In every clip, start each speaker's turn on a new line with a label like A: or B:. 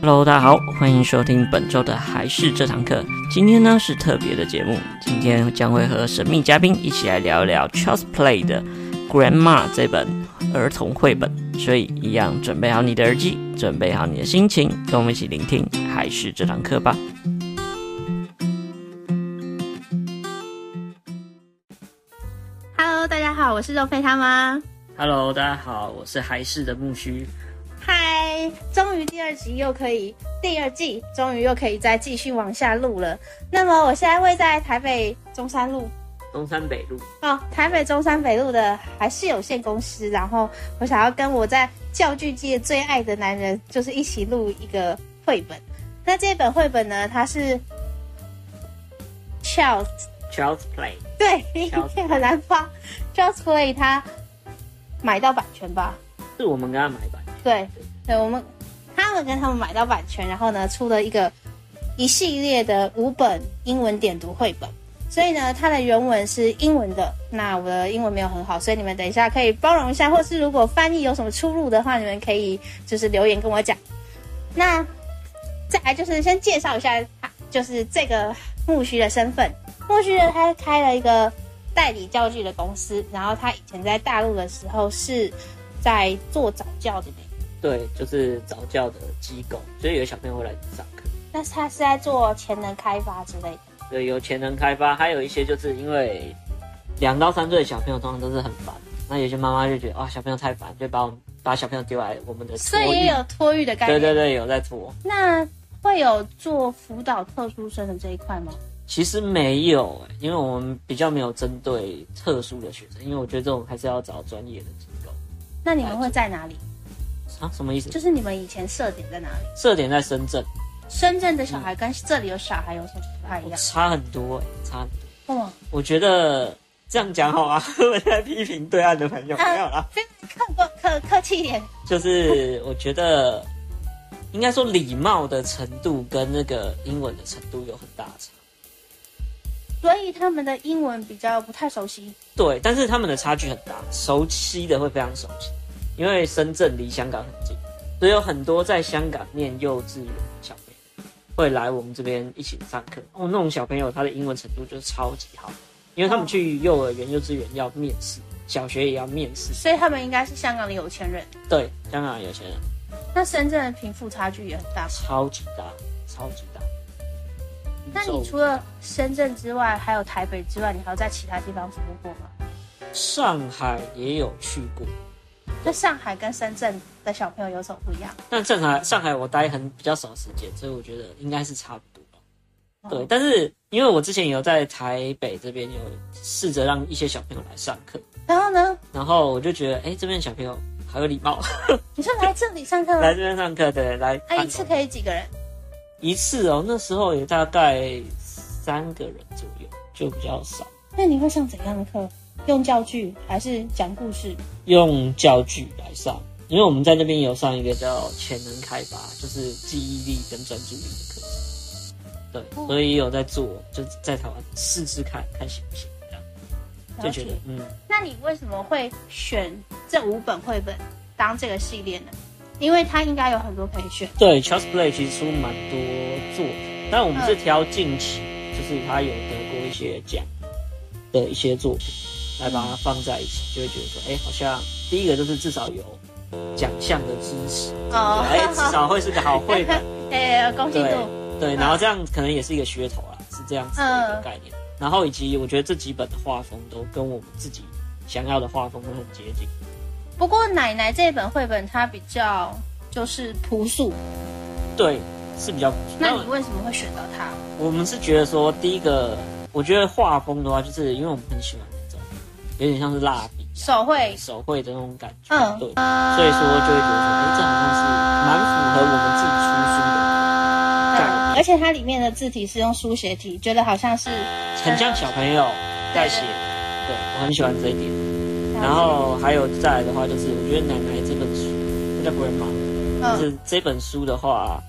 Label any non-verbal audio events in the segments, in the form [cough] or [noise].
A: Hello，大家好，欢迎收听本周的还是这堂课。今天呢是特别的节目，今天将会和神秘嘉宾一起来聊一聊 Charles Play 的《Grandma》这本儿童绘本。所以，一样准备好你的耳机，准备好你的心情，跟我们一起聆听还是这堂课吧。
B: Hello，大家好，我是肉飞他妈。
A: Hello，大家好，我是还是的木须。
B: 嗨，终于第二集又可以，第二季终于又可以再继续往下录了。那么我现在位在台北中山路
A: 东山北路，
B: 哦，台北中山北路的还是有限公司。然后我想要跟我在教具界最爱的男人，就是一起录一个绘本。那这本绘本呢，它是 Charles
A: Charles Play
B: 对
A: Charles
B: [laughs] 很难发 Charles Play 他买到版权吧？
A: 是我们跟他买版，
B: 对，对，我们他们跟他们买到版权，然后呢出了一个一系列的五本英文点读绘本，所以呢它的原文是英文的。那我的英文没有很好，所以你们等一下可以包容一下，或是如果翻译有什么出入的话，你们可以就是留言跟我讲。那再来就是先介绍一下，啊就是这个木须的身份。木须呢，他开了一个代理教具的公司，然后他以前在大陆的时候是在做早教的那个
A: 对，就是早教的机构，所以有小朋友会来上课。
B: 那他是在做潜能开发之类的。
A: 对，有潜能开发，还有一些就是因为两到三岁的小朋友通常都是很烦，那有些妈妈就觉得哇，小朋友太烦，就把我们把小朋友丢来我们的
B: 所
A: 托
B: 以也
A: 育。
B: 有托育的概
A: 对对
B: 念。
A: 对，有在拖。
B: 那会有做辅导特殊生的这一块吗？
A: 其实没有、欸，因为我们比较没有针对特殊的学生，因为我觉得这种还是要找专业的机构
B: 那你们会在哪里？
A: 啊。什么意思？
B: 就是你们以前设点在哪里？
A: 设点在深圳，
B: 深圳的小孩跟这里有小孩有什么不太一样？
A: 差很多、欸，差很多。
B: 哦，
A: 我觉得这样讲好啊， [laughs] 我在批评对岸的朋友，
B: 嗯
A: 没有啦。
B: 客不客客气一点。
A: 就是我觉得应该说礼貌的程度跟那个英文的程度有很大的差。
B: 所以他们的英文比较不太熟悉。
A: 对，但是他们的差距很大，熟悉的会非常熟悉，因为深圳离香港很近，所以有很多在香港念幼稚园的小朋友会来我们这边一起上课。哦，那种小朋友他的英文程度就是超级好，因为他们去幼儿园、幼稚园要面试，小学也要面试。
B: 所以他们应该是香港的有钱人。
A: 对，香港有钱人
B: 那深圳的贫富差距也很大。
A: 超级大，超级大。
B: 那你除了深圳之外，还有台北之外，你还有在其他地方服务过吗？
A: 上海也有去过，
B: 那上海跟深圳的小朋友有什么不一样？
A: 但上海上海我待很比较少时间，所以我觉得应该是差不多吧。对，
B: 哦
A: 但是因为我之前有在台北这边有试着让一些小朋友来上课，
B: 然后呢？
A: 然后我就觉得，哎、这边小朋友好有礼貌，
B: 你说来这里上课
A: 来
B: 吗？
A: 这边上课的来
B: 那
A: 办公，
B: 一次可以几个人？
A: 一次哦，那时候也大概三个人左右，就比较少。
B: 那你会上怎样的课？用教具还是讲故事？
A: 用教具来上，因为我们在那边有上一个叫潜能开发，就是记忆力跟专注力的课程。对，
B: 哦
A: 所以也有在做，就在台湾试试看看行不行，这样就
B: 了
A: 觉
B: 解
A: 得。嗯，
B: 那你为什么会选这五本绘本当这个系列呢？因为它应该有很多可以选。
A: 对 c h a r l e
B: 嗯
A: Play 其实出蛮多作品，但我们是挑近期，就是他有得过一些奖的一些作品，来把它放在一起，就会觉得说，哎、好像第一个就是至少有奖项的支持，
B: 哦
A: 哎、至少会是个好绘本。
B: [laughs] 哎，公信度。
A: 对，然后这样可能也是一个噱头啦，是这样子的一个
B: 嗯
A: 概念。然后以及我觉得这几本的画风都跟我们自己想要的画风会很接近。
B: 不过奶奶这本绘本它比较就是朴素，
A: 对，是比较不错。
B: 那你为什么会选到它？
A: 我们是觉得说，第一个，我觉得画风的话，就是因为我们很喜欢那种有点像是蜡笔
B: 手绘，
A: 手绘的那种感觉，
B: 嗯，
A: 对。所以说就会觉得说，哎、这好像是蛮符合我们自己出书的，
B: 嗯而且它里面的字体是用书写体，觉得好像是
A: 很像小朋友在写。对，我很喜欢这一点。然后还有再来的话，就是我觉得《奶奶》这本书，那叫《Grandma》，就
B: 嗯
A: 是这本书的话，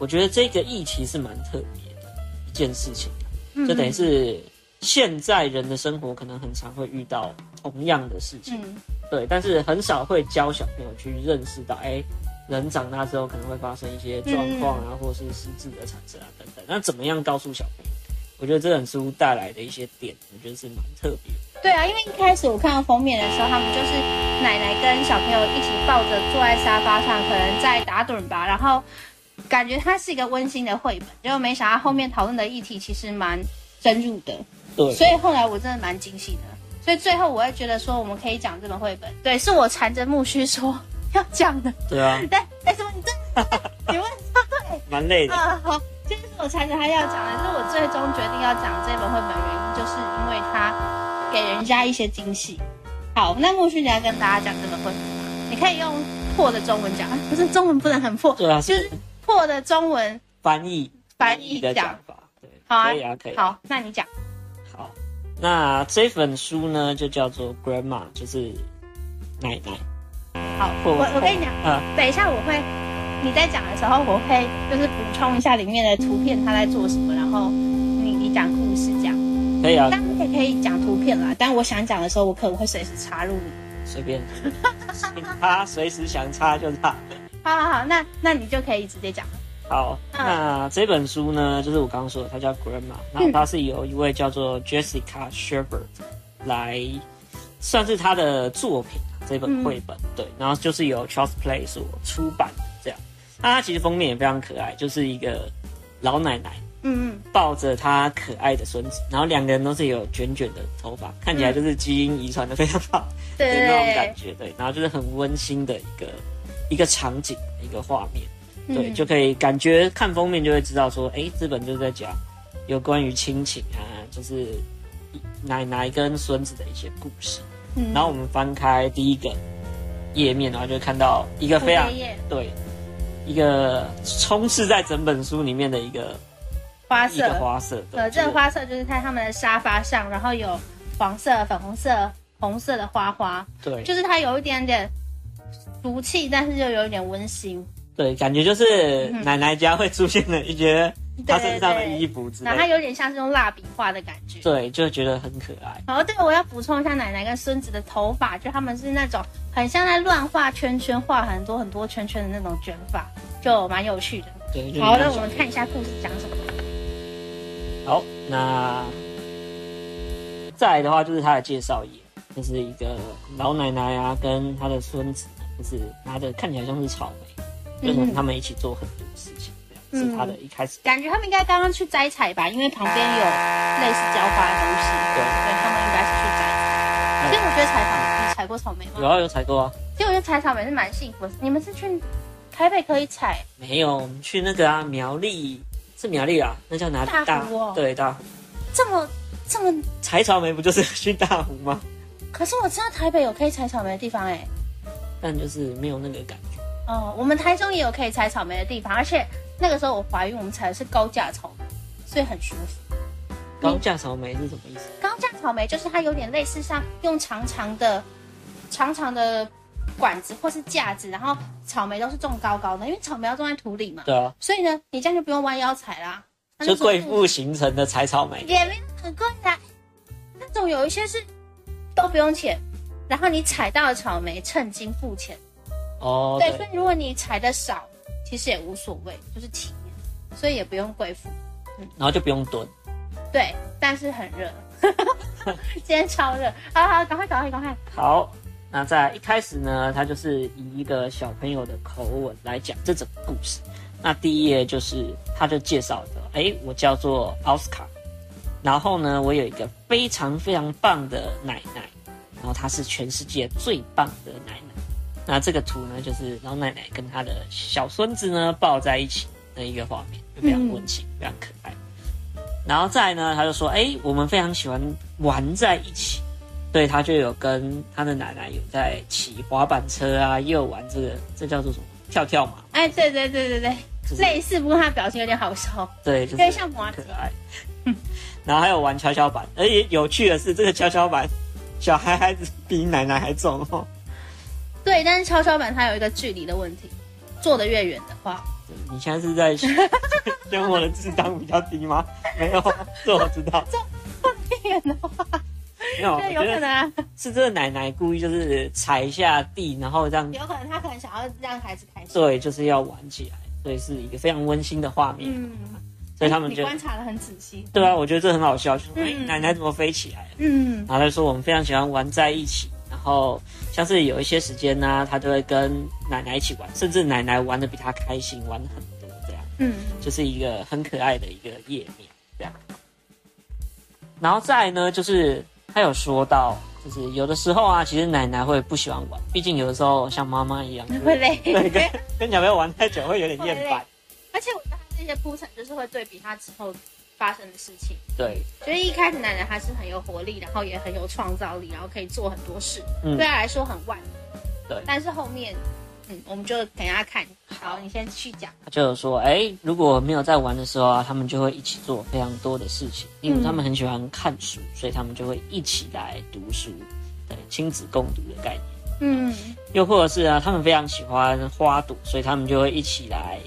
A: 我觉得这个议题是蛮特别的一件事情，
B: 嗯
A: 就等于是现在人的生活可能很常会遇到同样的事情，
B: 嗯
A: 对，但是很少会教小朋友去认识到，哎，人长大之后可能会发生一些状况啊，或者是失智的产生啊等等。那怎么样告诉小朋友？我觉得这本书带来的一些点，我觉得是蛮特别的。
B: 对啊，因为一开始我看到封面的时候，他们就是奶奶跟小朋友一起抱着坐在沙发上，可能在打盹吧，然后感觉它是一个温馨的绘本，结果没想到后面讨论的议题其实蛮深入的，
A: 对，
B: 所以后来我真的蛮惊喜的。所以最后我会觉得说，我们可以讲这本绘本，对，是我缠着木须说要讲的， [laughs]
A: 对啊，
B: 对，哎，怎么你这，你问说对。
A: 蛮累的。
B: 啊，好，就是我才想他要讲的，是我最终决定要讲这本绘本的原因，就是因为它给人家一些惊喜。好，那木须你要跟大家讲这本绘本吗，你可以用破的中文讲，啊不是中文不能很破，
A: 对啊，
B: 就是是破的中文
A: 翻译
B: 翻译
A: 的
B: 讲
A: 讲。法。对，
B: 好啊
A: 可以啊，可以啊。
B: 好，那你讲，
A: 好，那这本书呢就叫做《Grandma》，就是奶奶。
B: 好，
A: 破
B: 我我跟你讲，
A: 啊
B: 等一下我会。你在讲的时候，我会就是补充一下里面的图片，它在做什么，然后你你讲故事这样。
A: 可以啊，
B: 但你也可以讲图片啦，但我想讲的时候，我可能会随时插入你。
A: 随便， [laughs] 他随时想插就插。
B: 好好好，那那你就可以直接讲。
A: 好，
B: 嗯
A: 那这本书呢，就是我刚刚说的，它叫《Grandma》，然后
B: 嗯
A: 它是由一位叫做 Jessica Sherber 来，算是他的作品啊这本绘本、
B: 嗯
A: 对，然后就是由 Charles Play 所出版的这样。那它其实封面也非常可爱，就是一个老奶奶
B: 嗯
A: 抱着她可爱的孙子，然后两个人都是有卷卷的头发，看起来就是基因遗传的非常好。
B: 嗯，
A: 的那种感
B: 对，
A: 觉，对，然后就是很温馨的一个一个场景一个画面，对，
B: 嗯
A: 就可以感觉看封面就会知道说，哎，这本就是在讲有关于亲情啊，就是奶奶跟孙子的一些故事。
B: 嗯
A: 然后我们翻开第一个页面，然后就会看到一个非常
B: 蝴蝶叶
A: 对一个充斥在整本书里面的一个
B: 花
A: 一个
B: 色，
A: 花色，对
B: 呃，这
A: 就
B: 个
A: 是
B: 花色就是在他们的沙发上，然后有黄色、粉红色、红色的花花，
A: 对，
B: 就是它有一点点俗气，但是又有一点温馨。
A: 对，感觉就是
B: 嗯
A: 奶奶家会出现的一些她身上的
B: 对对对
A: 衣服之类
B: 然
A: 的
B: 后它。有点像是用蜡笔画的感觉。
A: 对，就觉得很可爱。
B: 然后对，我要补充一下，奶奶跟孙子的头发，就他们是那种很像在乱画圈圈，画很多很多圈圈的那种卷发，就蛮有趣的。
A: 对，就
B: 好，
A: 是蛮
B: 那我
A: 喜欢
B: 们看一下故事讲什么。哦
A: 好，啊那再来的话就是他的介绍页，就是一个老奶奶啊，跟她的孙子，就是拿着看起来像是草莓，就是
B: 嗯
A: 他们一起做很多事情，这样
B: 嗯
A: 是他的一开始。
B: 感觉他们应该刚刚去摘采吧，因为旁边有
A: 啊
B: 类似浇花的东西，
A: 对
B: 所以他们应该是去摘。
A: 嗯
B: 其实我觉得采草莓，你采过草莓
A: 有
B: 吗？
A: 啊，有采购啊，
B: 其实我觉得采草莓是蛮幸福的。你们是去台北可以采，
A: 没有，我们去那个啊苗栗，是苗栗啊，那叫哪里？
B: 大湖哦
A: 对大湖，
B: 这么这么，
A: 采草莓不就是去大湖吗？
B: 可是我知道台北有可以采草莓的地方哎、
A: 但就是没有那个感觉。
B: 哦，我们台中也有可以采草莓的地方，而且那个时候我怀孕，我们采的是高价草莓，所以很舒服。
A: 高价草莓是什么意思？
B: 高价草莓就是它有点类似像用长长的、长长的管子或是架子，然后草莓都是种高高的，因为草莓要种在土里嘛，
A: 对啊，
B: 所以呢，你这样就不用弯腰采啦。它
A: 就
B: 那种
A: 贵妇形成的采草莓。
B: 也没有很贵啦，那种有一些是都不用钱，然后你采到的草莓称斤付钱。
A: 哦，
B: 对，所以如果你采的少，其实也无所谓，就是体验，所以也不用贵妇。
A: 然后就不用蹲。
B: 对，但是很热， [laughs] 今天超热。好好，赶快，赶快，赶快。
A: 好，那在一开始呢，它就是以一个小朋友的口吻来讲这整个故事。那第一页就是他就介绍的，哎，我叫做奥斯卡，然后呢，我有一个非常非常棒的奶奶，然后她是全世界最棒的奶奶。那这个图呢，就是老奶奶跟她的小孙子呢抱在一起的一个画面，就非常温情，非常可爱。然后再来呢，他就说，哎，我们非常喜欢玩在一起，所以他就有跟他的奶奶有在骑滑板车啊，也有玩这个，这叫做什么？跳跳嘛，
B: 哎，对对对对对，
A: 就是
B: 类似，不过他表情有点好笑，
A: 对，就
B: 有
A: 是
B: 点像啊麻
A: 可爱。 [laughs] 然后还有玩跷跷板，而且有趣的是，这个跷跷板小孩孩子比奶奶还重哦。 [laughs]
B: 对，但是跷跷板它有一个距离的问题，坐得越远的话，
A: 你现在是
B: [laughs]
A: 在跟我的智商比较低吗？ [laughs] 没有，这我知道，
B: [laughs] 越远的话，
A: 没有。我
B: 对，
A: 觉
B: [laughs] 有可
A: 得
B: 能啊。
A: 是这个奶奶故意就是踩一下地，然后让
B: [laughs] 有可能他可能想要让孩子开心。
A: 对就是要玩起来，所以是一个非常温馨的画面。
B: 嗯，
A: 所以他们
B: 你
A: 就
B: 观察的很仔细。
A: 对啊，我觉得这很好笑，就是、哎
B: 嗯
A: 奶奶怎么飞起来了？
B: 嗯，
A: 然后他说我们非常喜欢玩在一起，然后像是有一些时间呢、他就会跟奶奶一起玩，甚至奶奶玩的比他开心，玩的很多，这样
B: 嗯
A: 就是一个很可爱的一个页面这样。然后再来呢，就是他有说到，就是有的时候啊，其实奶奶会不喜欢玩，毕竟有的时候像妈妈一样，
B: 嗯，会累。
A: [laughs] 对，跟跟小朋友玩太久会有点厌烦，
B: [laughs] 而且我觉得他这些铺陈就是会对比他之后发生的事情。
A: 对，
B: 所以一开始奶奶还是很有活力，然后也很有创造力，然后可以做很多事，
A: 嗯
B: 对她来说很万能。
A: 对
B: 但是后面，嗯，我们就等一下看。好，你先去讲。
A: 他就有说，哎、如果没有在玩的时候啊，他们就会一起做非常多的事情，例如
B: 嗯
A: 他们很喜欢看书，所以他们就会一起来读书，对，亲子共读的概念。
B: 嗯
A: 又或者是啊，他们非常喜欢花朵，所以他们就会一起来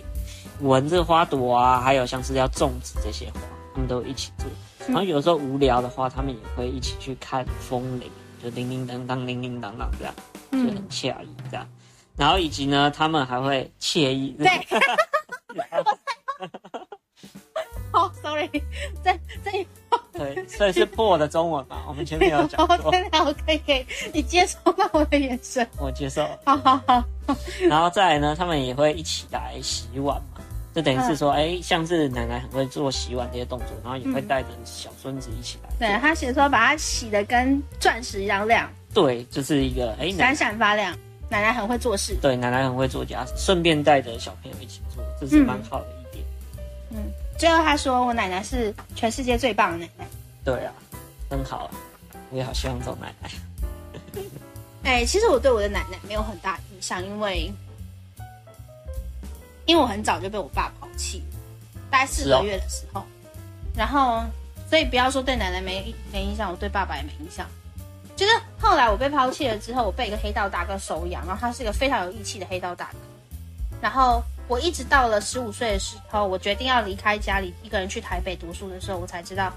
A: 闻这花朵啊，还有像是要种植这些花，他们都一起做。然后有时候无聊的话，他们也会一起去看风铃，就叮叮当当、叮叮当当这样，就
B: 嗯
A: 很，惬意这样。然后以及呢，他们还会惬意，
B: 对， [laughs] 哦，sorry，这 [laughs] 这
A: 对，所以是破的中文嘛，我们前面有讲
B: [laughs]
A: 过，
B: 哦真的好可以可以，你接收到我的眼神，
A: 我接受。
B: [laughs] 好好好，
A: 然后再来呢，他们也会一起来洗碗嘛，就等于是
B: 嗯
A: 说，哎、像是奶奶很会做洗碗这些动作，然后也会带着小孙子一起来。
B: 对他写说把它洗的跟钻石一样亮，
A: 对，就是一个哎奶
B: 闪闪发亮。奶奶很会做事，
A: 对奶奶很会做家事，顺便带着小朋友一起做，这是蛮好的一点。
B: 嗯最后他说我奶奶是全世界最棒的奶奶。
A: 对啊，很好啊，我也好希望这种奶
B: [laughs]
A: 奶。
B: 哎、其实我对我的奶奶没有很大印象，因为因为我很早就被我爸抛弃了，大概四
A: 是哦
B: 个月的时候，然后所以不要说对奶奶没没印象，我对爸爸也没印象。就是后来我被抛弃了之后，我被一个黑道大哥收养，然后他是一个非常有义气的黑道大哥。然后我一直到了十五岁的时候，我决定要离开家里，一个人去台北读书的时候，我才知道，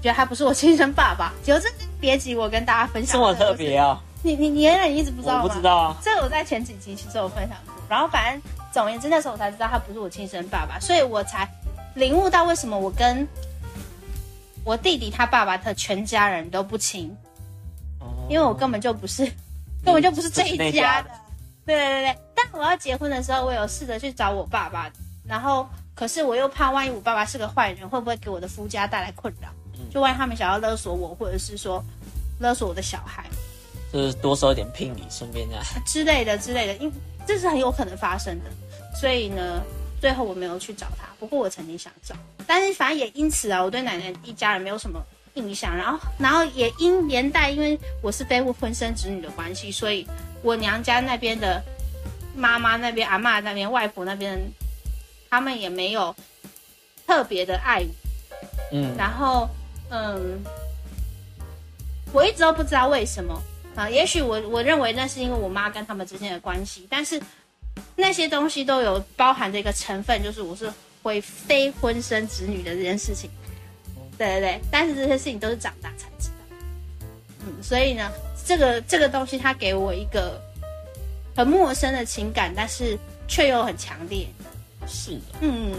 B: 觉得他不是我亲生爸爸。有这别集，我跟大家分
A: 这
B: 享
A: 么
B: 的
A: 特
B: 都是
A: 别啊，
B: 你 [laughs] 你你原来一直不知道
A: 我
B: 吗？
A: 不知。道啊。
B: 这个我在前几集其实有分享过，然后反正总而言之，那时候我才知道他不是我亲生爸爸，所以我才领悟到为什么我跟我弟弟他爸爸的全家人都不亲，
A: 哦
B: 因为我根本就不是， [laughs] 根本就不是这一
A: 不是那
B: 家
A: 家
B: 的
A: 的。
B: 对对对，但我要结婚的时候，我有试着去找我爸爸，然后可是我又怕，万一我爸爸是个坏人，会不会给我的夫家带来困扰？
A: 嗯
B: 就万一他们想要勒索我，或者是说勒索我的小孩。
A: 就是多收一点聘礼，顺便这样。
B: 之类的之类的，因这是很有可能发生的。所以呢，最后我没有去找他，不过我曾经想找，但是反正也因此啊，我对奶奶一家人没有什么印象。然后，然后也因连带因为我是非婚生子女的关系，所以我娘家那边的妈妈那边、阿嬷那边、外婆那边，他们也没有特别的爱我。 [laughs]
A: 嗯，
B: 然后，嗯，我一直都不知道为什么啊。也许我我认为那是因为我妈跟他们之间的关系，但是那些东西都有包含着一个成分，就是我是会非婚生子女的这件事情。对对对，但是这些事情都是长大才知道。嗯，所以呢，这个这个东西它给我一个很陌生的情感，但是却又很强烈。
A: 是的。
B: 嗯，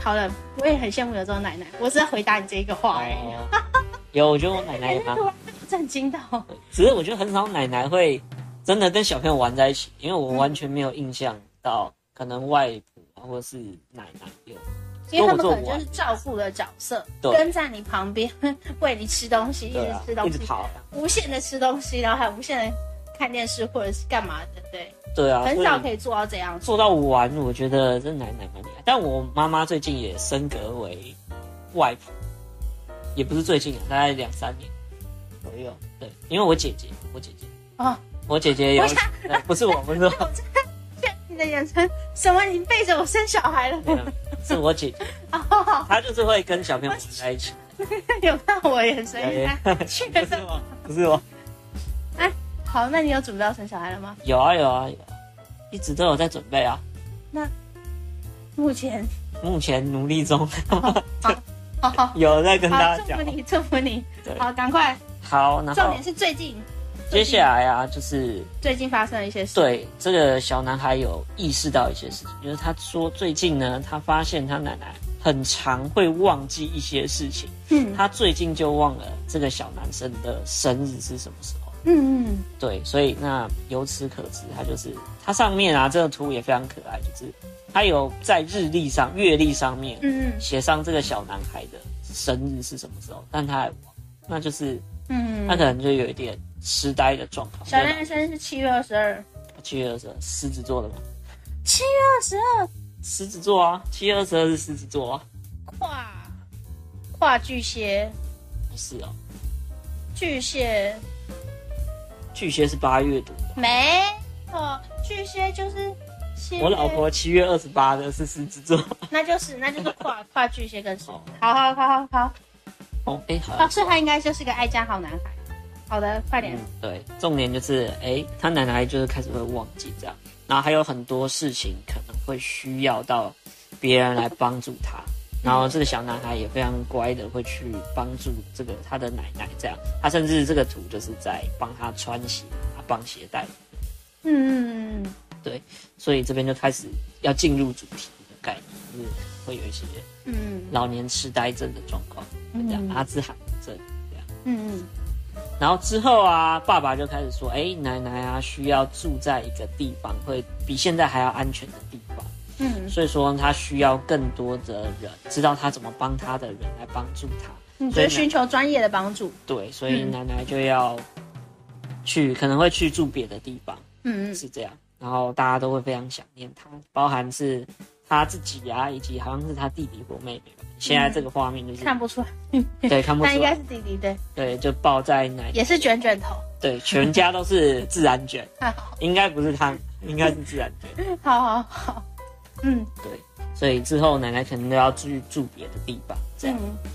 B: 好了，我也很羡慕有这种奶奶。我只是回答你这一个话而已。
A: 哦， [laughs] 有，我觉得我奶奶也蛮好。
B: 震惊到，
A: 只是我觉得很少奶奶会真的跟小朋友玩在一起，因为我完全没有印象到可能外婆啊或是奶奶有。
B: 因为他们可能就是照顾的角色，
A: 对
B: 跟在你旁边喂你吃东西，一
A: 对
B: 直
A: 啊
B: 吃，东
A: 一直
B: 西，
A: 跑啊。
B: 无限的吃东西，然后还无限的看电视或者是干嘛的，对，
A: 对啊，
B: 很少可
A: 以
B: 以做到这样。
A: 做到玩，我觉得这奶奶蛮厉害。但我妈妈最近也升格为外婆，也不是最近啊，大概两三年左右。对，因为我姐姐，我姐姐，
B: 哦，
A: 我姐姐有
B: 我，想
A: 呃不是我，不是我，
B: [laughs] [laughs] 你的眼神，什么？你背着我生小孩了？
A: 没有啊是我姐姐，
B: [laughs] 哦，
A: 她就是会跟小朋友玩在一起。
B: 有看我眼神，
A: 对 [laughs]
B: 应该
A: 不哎是
B: 去的是
A: 我，不是我。
B: 好，那你有准备要生小孩了吗？
A: 有啊有啊有啊，一直都有在准备啊，
B: 目前，
A: 目前努力中， [laughs]
B: 好好，
A: 有在跟大
B: 好，
A: 家
B: 祝福
A: 讲。
B: 你，祝福你，
A: 对
B: 好，赶快，
A: 好，然
B: 重
A: 后
B: 点是最近
A: 接下来啊，就是
B: 最近发生了一些事。，
A: 对这个小男孩有意识到一些事情，就是他说最近呢，他发现他奶奶很常会忘记一些事情，
B: 嗯
A: 他最近就忘了这个小男生的生日是什么时候。
B: 嗯嗯，
A: 对，所以那由此可知，它就是它上面啊，这个图也非常可爱，就是它有在日历上、月历上面
B: 嗯
A: 写上这个小男孩的生日是什么时候，但他还忘，那就是
B: 嗯
A: 他
B: 嗯，
A: 可能就有一点痴呆的状况。
B: 小男生是七月二十二，
A: 七月二十二，狮子座的嘛，
B: 七月二十二，
A: 狮子座啊，七月二十二是狮子座啊，
B: 跨跨巨蟹，
A: 不是哦，
B: 巨蟹
A: 巨蟹是八月读的，
B: 没错，巨蟹就是七月
A: 我老婆七月二十八的是狮子座。
B: 那就是那就是跨跨巨蟹跟狮子
A: 哦，
B: 好好好好好，
A: 哦，哎，好像
B: 老师他应该就是个爱家好男孩。好的，快点
A: 嗯，，对，重点就是，哎，他奶奶就是开始会忘记这样，然后还有很多事情可能会需要到别人来帮助他，然后这个小男孩也非常乖的会去帮助这个他的奶奶这样，他甚至这个图就是在帮他穿鞋，啊，绑鞋带，
B: 嗯嗯嗯
A: 所以这边就开始要进入主题的概念，就是会有一些
B: 嗯
A: 老年痴呆症的状况，会这样，
B: 嗯
A: 阿兹海默症。
B: 嗯嗯
A: 然后之后啊，爸爸就开始说：“哎，奶奶啊，需要住在一个地方，会比现在还要安全的地方。
B: 嗯
A: 所以说，他需要更多的人知道他怎么帮他的人来帮助他。
B: 嗯，就是寻求专业的帮助。
A: 对，所以
B: 嗯
A: 奶奶就要去，可能会去住别的地方，
B: 嗯嗯
A: 是这样。然后大家都会非常想念他，包含是他自己啊，以及好像是他弟弟或妹妹吧。现在这个画面就是、
B: 看不出来，
A: 对看不
B: 但
A: 出
B: 应该
A: 来
B: 是，弟弟对，
A: 对，就抱在奶奶，
B: 也是卷卷头。
A: 对，全家都是自然卷。”
B: 啊好
A: 应该不是他，应该是自然卷。
B: 好好好，嗯
A: 对，所以之后奶奶可能都要去住别的地方，这样。
B: 嗯，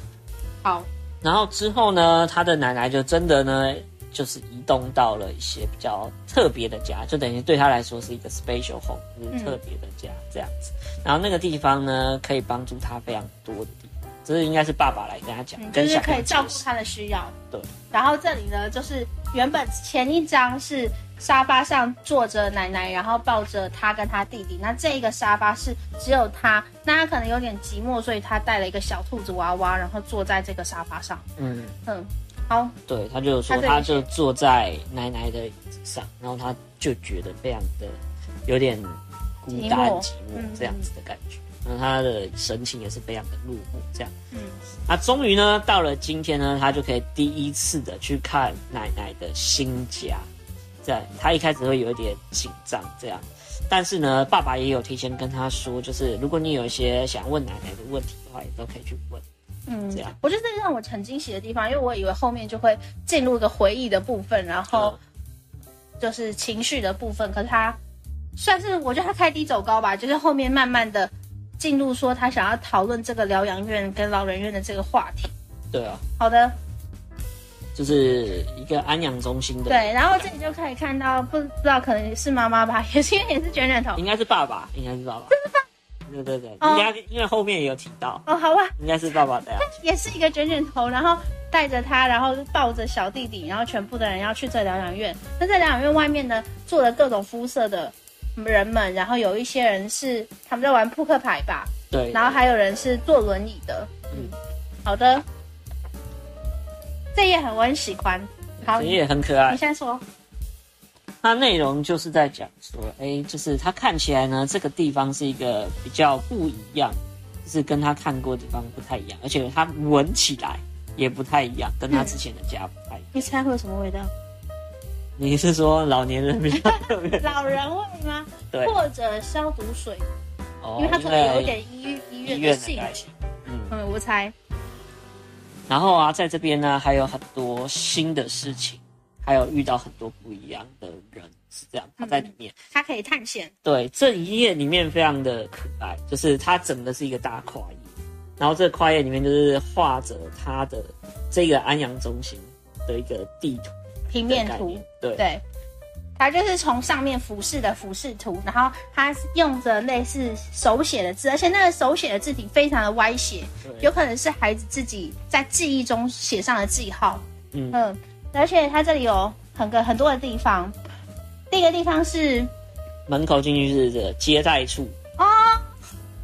B: 好，
A: 然后之后呢，他的奶奶就真的呢，就是移动到了一些比较特别的家，就等于对他来说是一个 special home，就是特别的家这样子。然后那个地方呢，可以帮助他非常多的地方，这是应该是爸爸来跟他讲，
B: 嗯，就
A: 跟
B: 是
A: 小
B: 可
A: 孩
B: 以照顾他的需要。
A: 对。
B: 然后这里呢，就是原本前一张是沙发上坐着奶奶，然后抱着他跟他弟弟。那这一个沙发是只有他，那他可能有点寂寞，所以他带了一个小兔子娃娃，然后坐在这个沙发上。
A: 嗯，
B: 嗯，好，
A: 对，他就说
B: 他这里
A: 他就坐在奶奶的椅子上，然后他就觉得非常的有点孤单
B: 寂寞
A: 寂
B: 嗯
A: 寞这样子的感觉，然后他的神情也是非常的落寞这样。
B: 嗯
A: 那终于呢，到了今天呢，他就可以第一次的去看奶奶的新家，在他一开始会有一点紧张这样，但是呢，爸爸也有提前跟他说，就是如果你有一些想问奶奶的问题的话，也都可以去问。
B: 嗯
A: 这样，
B: 我觉得这让我很惊喜的地方，因为我以为后面就会进入一个回忆的部分，然后。就是情绪的部分，可是他算是我觉得他开低走高吧，就是后面慢慢的进入说他想要讨论这个疗养院跟老人院的这个话题。
A: 嗯对啊，
B: 好的，
A: 就是一个安养中心的
B: 对，然后这里就可以看到，不知道可能是妈妈吧， [laughs] 也是因为也是卷卷头
A: 应该是爸爸，应该是爸爸。对对对，应
B: 哦
A: 该因为后面也有提到，
B: 哦，好吧，
A: 应该是爸爸带他
B: [laughs]
A: 去。
B: 也是一个卷卷头，然后带着他，然后抱着小弟弟，然后全部的人要去这疗养院。那在疗养院外面呢，坐了各种肤色的人们，然后有一些人是他们在玩扑克牌吧，
A: 对，
B: 然后还有人是坐轮椅的。
A: 嗯
B: 嗯，好的，这页很我很喜欢。好，
A: 这
B: 你
A: 也很可爱。
B: 先说。
A: 它内容就是在讲说，哎，就是它看起来呢，这个地方是一个比较不一样，就是跟他看过的地方不太一样，而且它闻起来也不太一样，跟他之前的家不太一样。
B: [laughs] 你猜会有什么味
A: [laughs]
B: 道？
A: 你是说老年人比
B: [laughs]
A: 较特别？
B: 老人味吗？
A: 对，
B: 或者消毒水？
A: 哦
B: 因为它可能有一点医医
A: 医
B: 院
A: 院
B: 的
A: 的
B: 性
A: 感
B: 质
A: 觉。。嗯，
B: 嗯，我猜。
A: 然后啊，在这边呢，还有很多新的事情，还有遇到很多不一样的人，是这样。他在里面，
B: 它可以探险。
A: 对这一页里面非常的可爱，就是它整个是一个大跨页，然后这个跨页里面就是画着它的这个安阳中心的一个地图
B: 平
A: 的
B: 面
A: 概
B: 图
A: 念，，对，
B: 对，它就是从上面俯视的俯视图，然后它用着类似手写的字，而且那个手写的字体非常的歪斜，有
A: 对
B: 可能是孩子自己在记忆中写上的记号。
A: 嗯
B: 嗯，而且它这里有很个很多的地方。第一个地方是
A: 门口进去是这个接待处，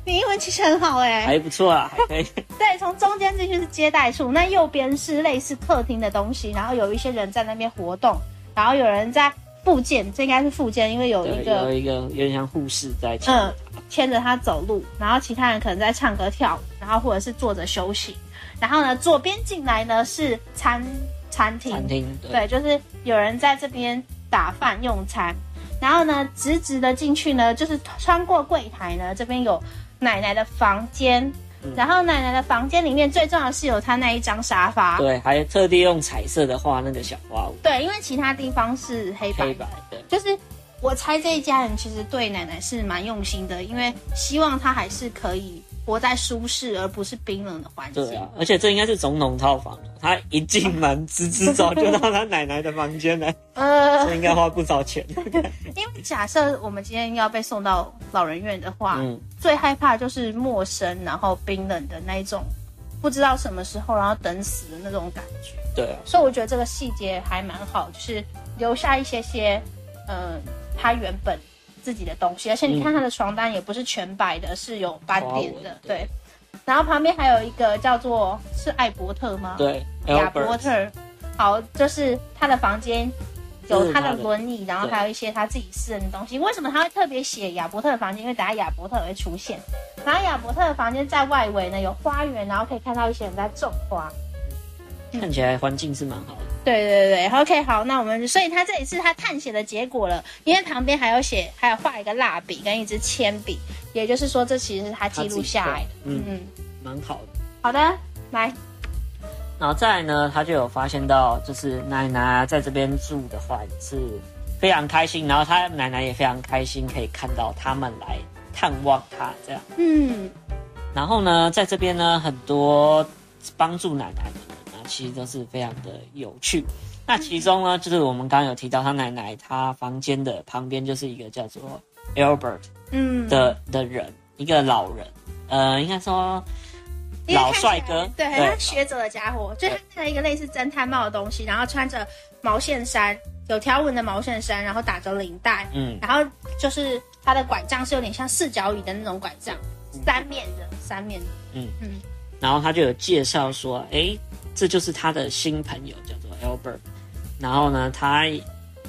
B: 你英文其实很好哎、
A: 还不错啊，还可以。
B: 对，从中间进去是接待处，那右边是类似客厅的东西，然后有一些人在那边活动，然后有人在附件，这应该是附件，因为哎有一
A: 对，
B: 个
A: 有一个有点像护士在前面
B: 嗯牵着他走路，然后其他人可能在唱歌跳舞，然后或者是坐着休息。然后呢，左边进来呢是餐餐厅，
A: 餐厅，对，
B: 对，就是有人在这边打饭用餐，然后呢，直直的进去呢，就是穿过柜台呢，这边有奶奶的房间，
A: 嗯
B: 然后奶奶的房间里面最重要的是有她那一张沙发，
A: 对，还特地用彩色的画那个小花屋，
B: 对，因为其他地方是黑白
A: 黑
B: 的，
A: 白的，
B: 就是我猜这一家人其实对奶奶是蛮用心的，因为希望她还是可以活在舒适而不是冰冷的环境。
A: 对啊，而且这应该是总统套房，他一进门直直走就到他奶奶的房间
B: [laughs]
A: 来，
B: 呃，
A: 这应该花不少钱。
B: 因为假设我们今天要被送到老人院的话，
A: 嗯，
B: 最害怕就是陌生，然后冰冷的那一种，不知道什么时候然后等死的那种感觉。
A: 对啊，
B: 所以我觉得这个细节还蛮好，就是留下一些些，呃，他原本自己的东西。而且你看他的床单也不是全白的，是有斑点
A: 花
B: 的
A: 纹，
B: 对。然后旁边还有一个叫做是艾伯特吗？，
A: 对
B: 亚伯
A: ，Albert，
B: 特。好，就是他的房间有他的
A: 嗯
B: 轮椅，然后
A: 对
B: 还有一些他自己私人的东西。为什么他会特别写亚伯特的房间？因为等下亚伯特也会出现。然后亚伯特的房间在外围呢有花园，然后可以看到一些人在种花。
A: 看起来环境是蛮好的，
B: 对对对，OK，好，那我们所以他这里是他探险的结果了，因为旁边还有写，还有画一个蜡笔跟一支铅笔，也就是说这其实是他记录下来的。
A: 嗯，
B: 嗯，
A: 蛮好的。
B: 好的，来，
A: 然后再来呢，他就有发现到，就是奶奶在这边住的话也是非常开心，然后他奶奶也非常开心，可以看到他们来探望他这样。
B: 嗯，
A: 然后呢，在这边呢，很多帮助奶奶的人啊，其实都是非常的有趣。那其中呢，就是我们刚刚有提到他奶奶，她房间的旁边就是一个叫做 Albert
B: 嗯，
A: 的的人，一个老人，呃，应该说
B: 因为
A: 老
B: 看起来
A: 帅哥，
B: 对，很像学者的家伙，就是他戴了一个类似侦探帽的东西，然后穿着毛线衫，有条纹的毛线衫，然后打着领带，
A: 嗯，
B: 然后就是他的拐杖是有点像四角椅的那种拐杖，
A: 嗯
B: 三面的，三面的，
A: 然后他就有介绍说，诶，这就是他的新朋友，叫做 Albert。然后呢，他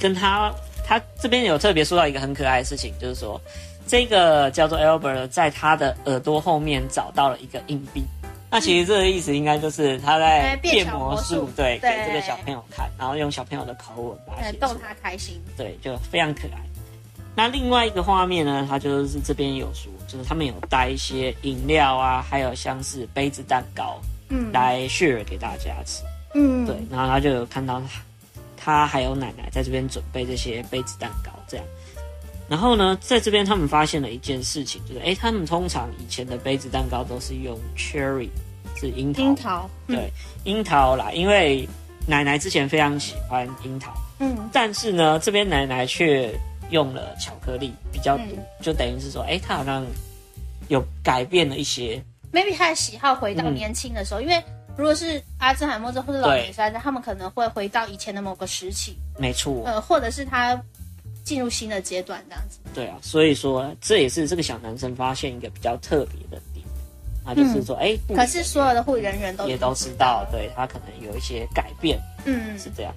A: 跟他他这边有特别说到一个很可爱的事情，就是说这个叫做 Albert 在他的耳朵后面找到了一个硬币。那其实这个意思应该就是他在
B: 哎变小
A: 魔
B: 魔术
A: 对，给
B: 对
A: 这个小朋友看，然后用小朋友的口吻把它
B: 呃
A: 写，出
B: 逗
A: 来。
B: 他开心。
A: 对，就非常可爱。那另外一个画面呢，它就是这边有说，就是他们有带一些饮料啊，还有像是杯子蛋糕
B: 嗯，
A: 来 share 给大家吃。
B: 嗯，
A: 对，然后他就有看到他，他还有奶奶在这边准备这些杯子蛋糕这样。然后呢，在这边他们发现了一件事情，就是诶，他们通常以前的杯子蛋糕都是用 cherry，是樱桃，
B: 樱桃，嗯
A: 对，樱桃啦，因为奶奶之前非常喜欢樱桃。
B: 嗯
A: 但是呢，这边奶奶却用了巧克力比较多，
B: 嗯
A: 就等于是说，哎、她好像有改变了一些，
B: ，maybe 他的喜好回到
A: 嗯
B: 年轻的时候，因为如果是阿兹海默症或者老
A: 对
B: 年痴呆症，他们可能会回到以前的某个时期，
A: 没错，
B: 呃，或者是他进入新的阶段这样子。
A: 对啊，所以说这也是这个小男生发现一个比较特别的点，那就是说，哎、
B: 嗯可是所有的护理人员
A: 不
B: 都
A: 也都知道，对他可能有一些改变
B: 嗯
A: 是这样。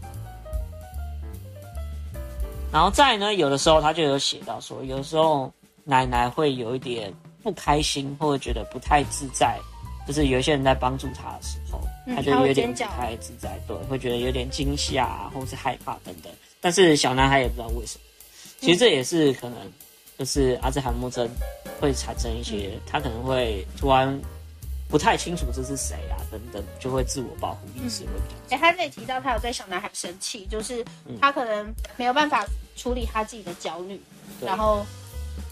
A: 然后再呢，有的时候他就有写到说，有时候奶奶会有一点不开心，或者觉得不太自在，就是有一些人在帮助她的时候，
B: 嗯
A: 她就
B: 她会
A: 有点
B: 尖
A: 不
B: 叫
A: 太自在，对，会觉得有点惊吓、啊、或是害怕等等。但是小男孩也不知道为什么，其
B: 嗯
A: 实这也是可能就是阿兹海默症会产生一些，
B: 嗯
A: 他可能会突然不太清楚这是谁啊等等，就会自我保护意识会比较
B: 哎、他这里提到他有对小男孩生气，就是
A: 嗯
B: 他可能没有办法处理他自己的焦虑，
A: 对
B: 然后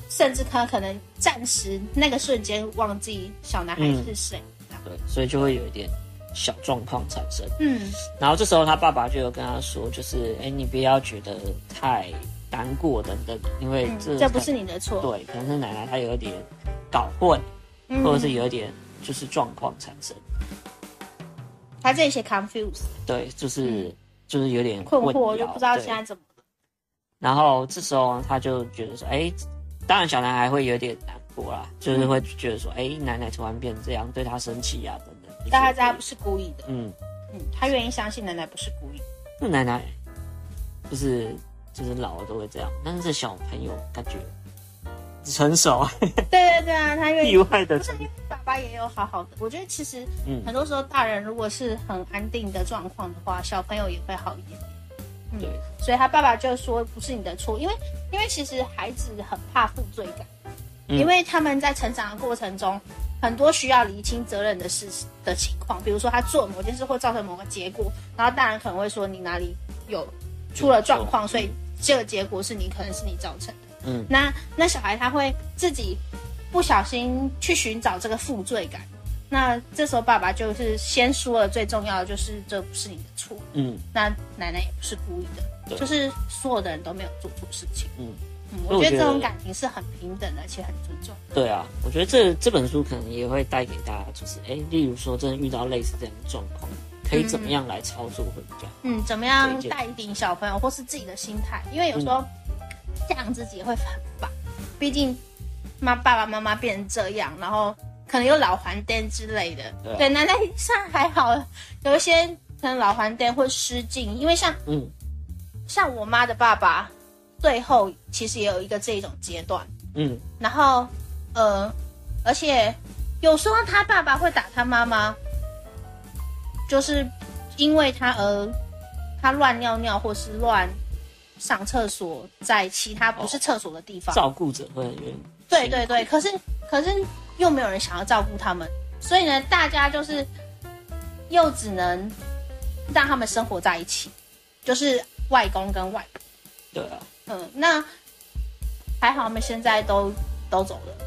B: 甚至他可能暂时那个瞬间忘记小男孩
A: 嗯
B: 是谁。这样
A: 对，所以就会有一点小状况产生。
B: 嗯
A: 然后这时候他爸爸就有跟他说，就是哎，你不要觉得太难过等等，因为这、
B: 嗯，这不是你的错，
A: 对，可能是奶奶她有点搞混，
B: 嗯
A: 或者是有点就是状况产生。
B: 他这里写 confuse，
A: 对，就是
B: 嗯
A: 就是有点
B: 困惑，
A: 混
B: 就
A: 淆
B: 不知道
A: 对
B: 现在怎么了。
A: 然后这时候他就觉得说，哎、当然小男孩会有点难过啦，
B: 嗯
A: 就是会觉得说，哎、奶奶突然变这样，对他生气啊，等等。
B: 但他知道他不是故意的，
A: 嗯，
B: 嗯，他愿意相信奶奶不是故意的。
A: 那奶奶就是就是老了都会这样，但是这小朋友感觉成熟啊，
B: 对对对啊，他愿
A: [laughs] 意
B: 意。
A: 外的
B: 不是
A: 成
B: 因，为爸爸也有好好的，我觉得其实
A: 嗯
B: 很多时候大人如果是很安定的状况的话，小朋友也会好一点。嗯
A: 对，
B: 所以他爸爸就说不是你的错，因为因为其实孩子很怕负罪感，
A: 嗯
B: 因为他们在成长的过程中，很多需要厘清责任的事的情况，比如说他做某件事会造成某个结果，然后大人可能会说你哪里有出了状况，所以这个结果是你可能是你造成的。
A: 嗯，
B: 那那小孩他会自己不小心去寻找这个负罪感，那这时候爸爸就是先说了最重要的就是这不是你的错，
A: 嗯
B: 那奶奶也不是故意的，
A: 对
B: 就是所有的人都没有做错事情。
A: 嗯
B: 嗯，
A: 所以
B: 我
A: 我
B: 觉得
A: 觉
B: 这种
A: 得
B: 感情是很平等的，而且很尊重。
A: 对啊，我觉得这这本书可能也会带给大家，就是哎、例如说真的遇到类似这样的状况，可以怎么样来操作会比较好？
B: 嗯，怎么
A: 对
B: 样
A: 就
B: 带领小朋友或是自己的心态？因为有时
A: 嗯
B: 候这样自己也会很烦，毕竟妈爸爸妈妈变成这样，然后可能有老还灯之类的。
A: 对啊
B: 对，奶奶上还好，有一些可能老还灯会失禁，因为像
A: 嗯
B: 像我妈的爸爸，最后其实也有一个这一种阶段。
A: 嗯，
B: 然后呃，而且有时候他爸爸会打他妈妈，就是因为他而他乱尿尿或是乱上厕所，在其他不是厕所的地方。
A: 照顾者会有点
B: 对
A: 辛苦
B: 对对，可是可是又没有人想要照顾他们，所以呢，大家就是又只能让他们生活在一起，就是外公跟外婆。
A: 对啊，
B: 嗯，那还好他们现在都都走了。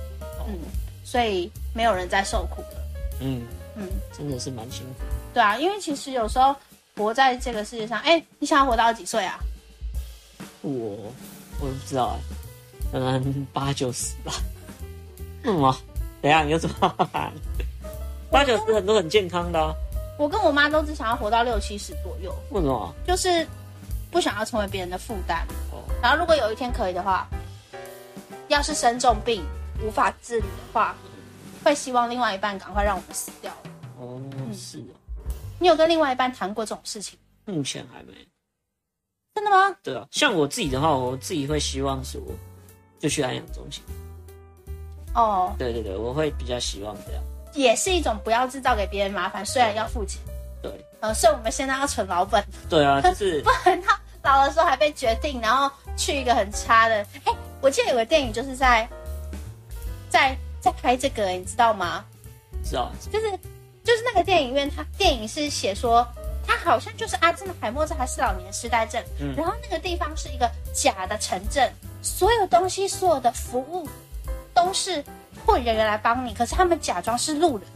B: 嗯，所以没有人在受苦了。
A: 嗯，
B: 嗯，
A: 真的是蛮辛苦。
B: 对啊，因为其实有时候活在这个世界上，哎、你想要活到几岁啊？
A: 我我也不知道、欸，可能八九十 [laughs] 吧。为什么？等一下你又怎么 [laughs] 办？八九十很多很健康的、啊，
B: 我跟我妈都只想要活到六七十左右，
A: 为什么？
B: 就是不想要成为别人的负担。
A: 哦，
B: 然后如果有一天可以的话，要是生重病无法自理的话，会希望另外一半赶快让我们死掉。
A: 哦，是哦，
B: 你有跟另外一半谈过这种事情？
A: 目前还没。
B: 真的吗？
A: 对啊，像我自己的话，我自己会希望说，就去安养中心。
B: 哦，
A: 对对对，我会比较希望这样。
B: 也是一种不要制造给别人麻烦，虽然要付钱。
A: 对
B: 嗯，所以我们现在要存老本。 [laughs]
A: 对啊，就是
B: 不然他老的时候还被决定，然后去一个很差的。哎、我记得有个电影就是在在在拍这个、你知道吗？
A: 知道
B: 就是就是那个电影院，它电影是写说。他好像就是阿兹海默症还是老年痴呆症，
A: 嗯
B: 然后那个地方是一个假的城镇，所有东西、所有的服务都是会人员来帮你，可是他们假装是路人。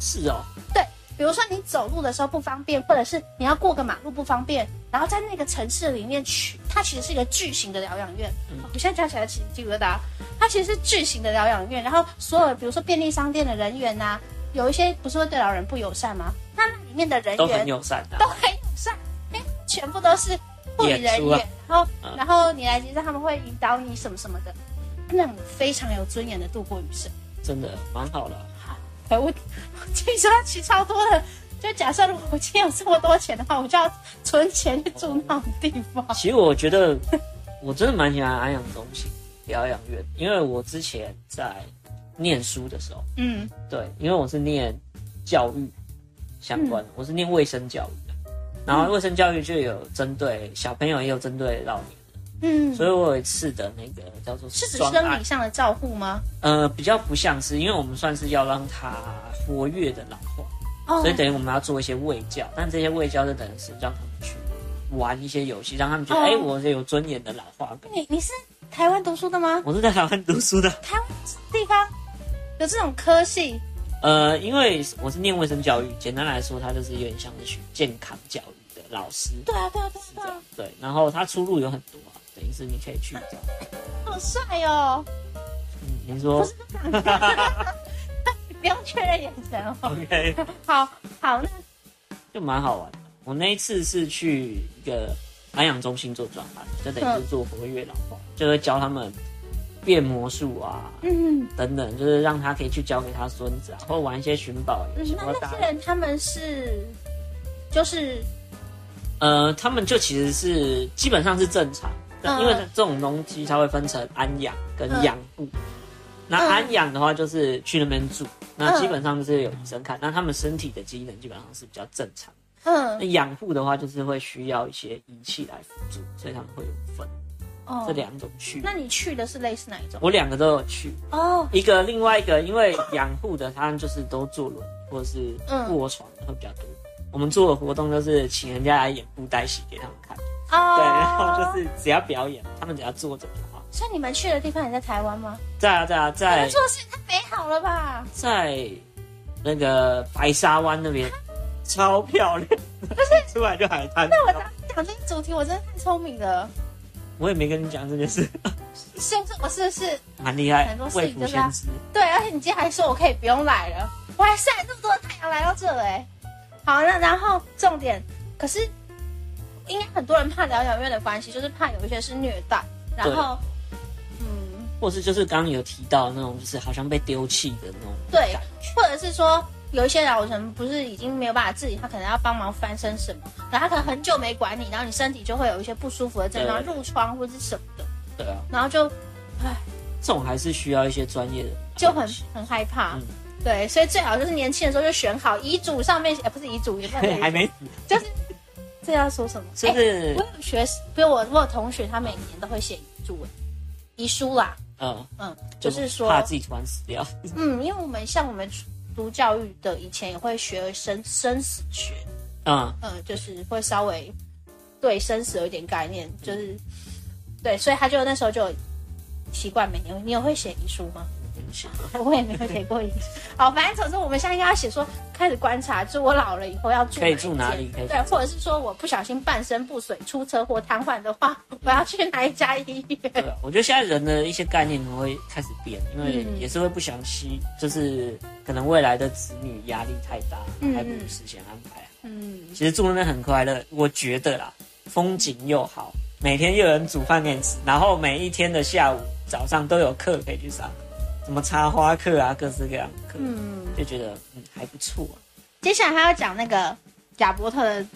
A: 是哦，
B: 对，比如说你走路的时候不方便，或者是你要过个马路不方便，然后在那个城市里面去，它其实是一个巨型的疗养院。
A: 嗯
B: 我现在讲起来起鸡皮疙瘩，它其实是巨型的疗养院。然后所有比如说便利商店的人员呐、有一些不是会对老人不友善吗？那里面的人
A: 都
B: 员
A: 很友善的、
B: 都
A: 啊。
B: 很友善，哎，全部都是护理
A: 演
B: 人
A: 出啊
B: 员，然后
A: 嗯
B: 然后你来结账，他们会引导你什么什么的，那种非常有尊严的度过余生。
A: 真的蛮好的啊、
B: 哎，我我听说要取超多的，就假设如果我今天有这么多钱的话，我就要存钱去住那种地方。
A: [laughs] 其实我觉得我真的蛮喜欢安养中心、疗养院，因为我之前在念书的时候，
B: 嗯，
A: 对，因为我是念教育相
B: 嗯
A: 关的，我是念卫生教育的，然后卫生教育就有针对小朋友，也有针对老年，
B: 嗯，
A: 所以我有一次的那个叫做
B: 是指
A: 专
B: 生
A: 案
B: 理，上的照护吗？
A: 呃，比较不像是，因为我们算是要让他活跃的老化，
B: 哦
A: 所以等于我们要做一些卫教，但这些卫教就等于是让他们去玩一些游戏，让他们觉得，
B: 哦
A: 哎、我是有尊严的老化感。
B: 你你是台湾读书的吗？
A: 我是在台湾读书的，
B: 台湾地方有这种科系？
A: 呃，因为我是念卫生教育，简单来说，它就是有点像是学健康教育的老师，
B: 对啊，对啊，对啊，
A: 是这
B: 对啊
A: 样，对。然后它出路有很多啊，等于是你可以去这样。
B: 好帅哦！
A: 嗯，您
B: 不
A: 说
B: 是这样，不用确认眼神哦。
A: OK，
B: 好好，那
A: [laughs] 就蛮好玩的。我那一次是去一个安养中心做专案，就等
B: 嗯
A: 于是做活跃老化，就会教他们变魔术啊
B: 嗯，
A: 等等，就是让他可以去教给他孙子啊，或玩一些寻宝游戏
B: 嗯那
A: 或
B: 那
A: 打
B: 些人他们是就是
A: 呃，他们就其实是基本上是正常，但
B: 嗯
A: 因为这种东西它会分成安养跟养护。那
B: 嗯
A: 安养的话就是去那边住，那
B: 嗯
A: 基本上就是有医生看，那他们身体的机能基本上是比较正常。
B: 嗯
A: 那养护的话就是会需要一些仪器来辅助，所以他们会有分
B: 哦
A: 这两种区域。
B: 那你去的是类似哪一种？
A: 我两个都有去，
B: 哦，
A: 一个另外一个，因为养护的他就是都坐轮或者是
B: 嗯
A: 卧床的会比较多。我们做的活动就是请人家来演布袋戏给他们看，
B: 哦，
A: 对，然后就是只要表演，他们只要坐着就好。
B: 所以你们去的地方也在台湾吗？
A: 在啊在啊
B: 你
A: 在
B: 们做的事也太美好了吧！
A: 在那个白沙湾那边，超漂亮，出来就海滩。
B: 我当时讲这个主题，我真的太聪明了。
A: 我也没跟你讲这件事， [laughs]
B: 是不是？我是不是？
A: 蛮厉害
B: 很多，事
A: 未
B: 情
A: 卜
B: 就是
A: 先
B: 啊
A: 知。
B: 对，而且你今天还说我可以不用来了，我还晒那么多太阳来到这了哎、好，那然后重点，可是应该很多人怕疗养院的关系，就是怕有一些是虐待，然后，嗯，
A: 或是就是刚刚有提到那种，就是好像被丢弃的那种，
B: 对，或者是说有一些老人不是已经没有办法自理，他可能要帮忙翻身什么，然后他可能很久没管你，然后你身体就会有一些不舒服的症状，
A: 对
B: 褥疮或是什么的，
A: 对啊，
B: 然后就
A: 这种还是需要一些专业的人来
B: 就很
A: 学习，
B: 很害怕。
A: 嗯
B: 对，所以最好就是年轻的时候就选好遗嘱上面，哎、不是遗嘱，也不
A: [laughs]
B: 能
A: 还没死，
B: [laughs] 这要说什么？
A: 就
B: 哎
A: 是
B: 我有学，比如我我有同学，他每年都会写遗嘱、哎遗书啦，
A: 嗯，
B: 嗯，就是
A: 怕
B: 说，
A: 自己突然死掉，
B: 嗯，因为我们像我们读教育的，以前也会学生生死学，
A: 嗯，
B: 呃，就是会稍微对生死有一点概念，就是对，所以他就那时候就习惯每年，你有会写遗书吗？ [laughs] 我也没有写过遗书。好，反正总之我们现在应该要写说，开始观察，就我老了以后要住
A: 可以住哪
B: 一间
A: 里可以
B: 对，或者是说我不小心半身不遂、出车祸、瘫痪的话，我要去哪一家医
A: 对 [laughs]
B: 院？
A: 啊，我觉得现在人的一些概念可能会开始变，因为
B: 嗯
A: 也是会不想吸，就是可能未来的子女压力太大，
B: 嗯
A: 还不如事先安排好。
B: 嗯，
A: 其实住那边很快乐，我觉得啦，风景又好，每天又有人煮饭给你吃，然后每一天的下午、早上都有课可以去上，什么插花课啊，各式各样的课，
B: 嗯，
A: 就觉得嗯还不错、啊。
B: 接下来他要讲那个贾伯特的，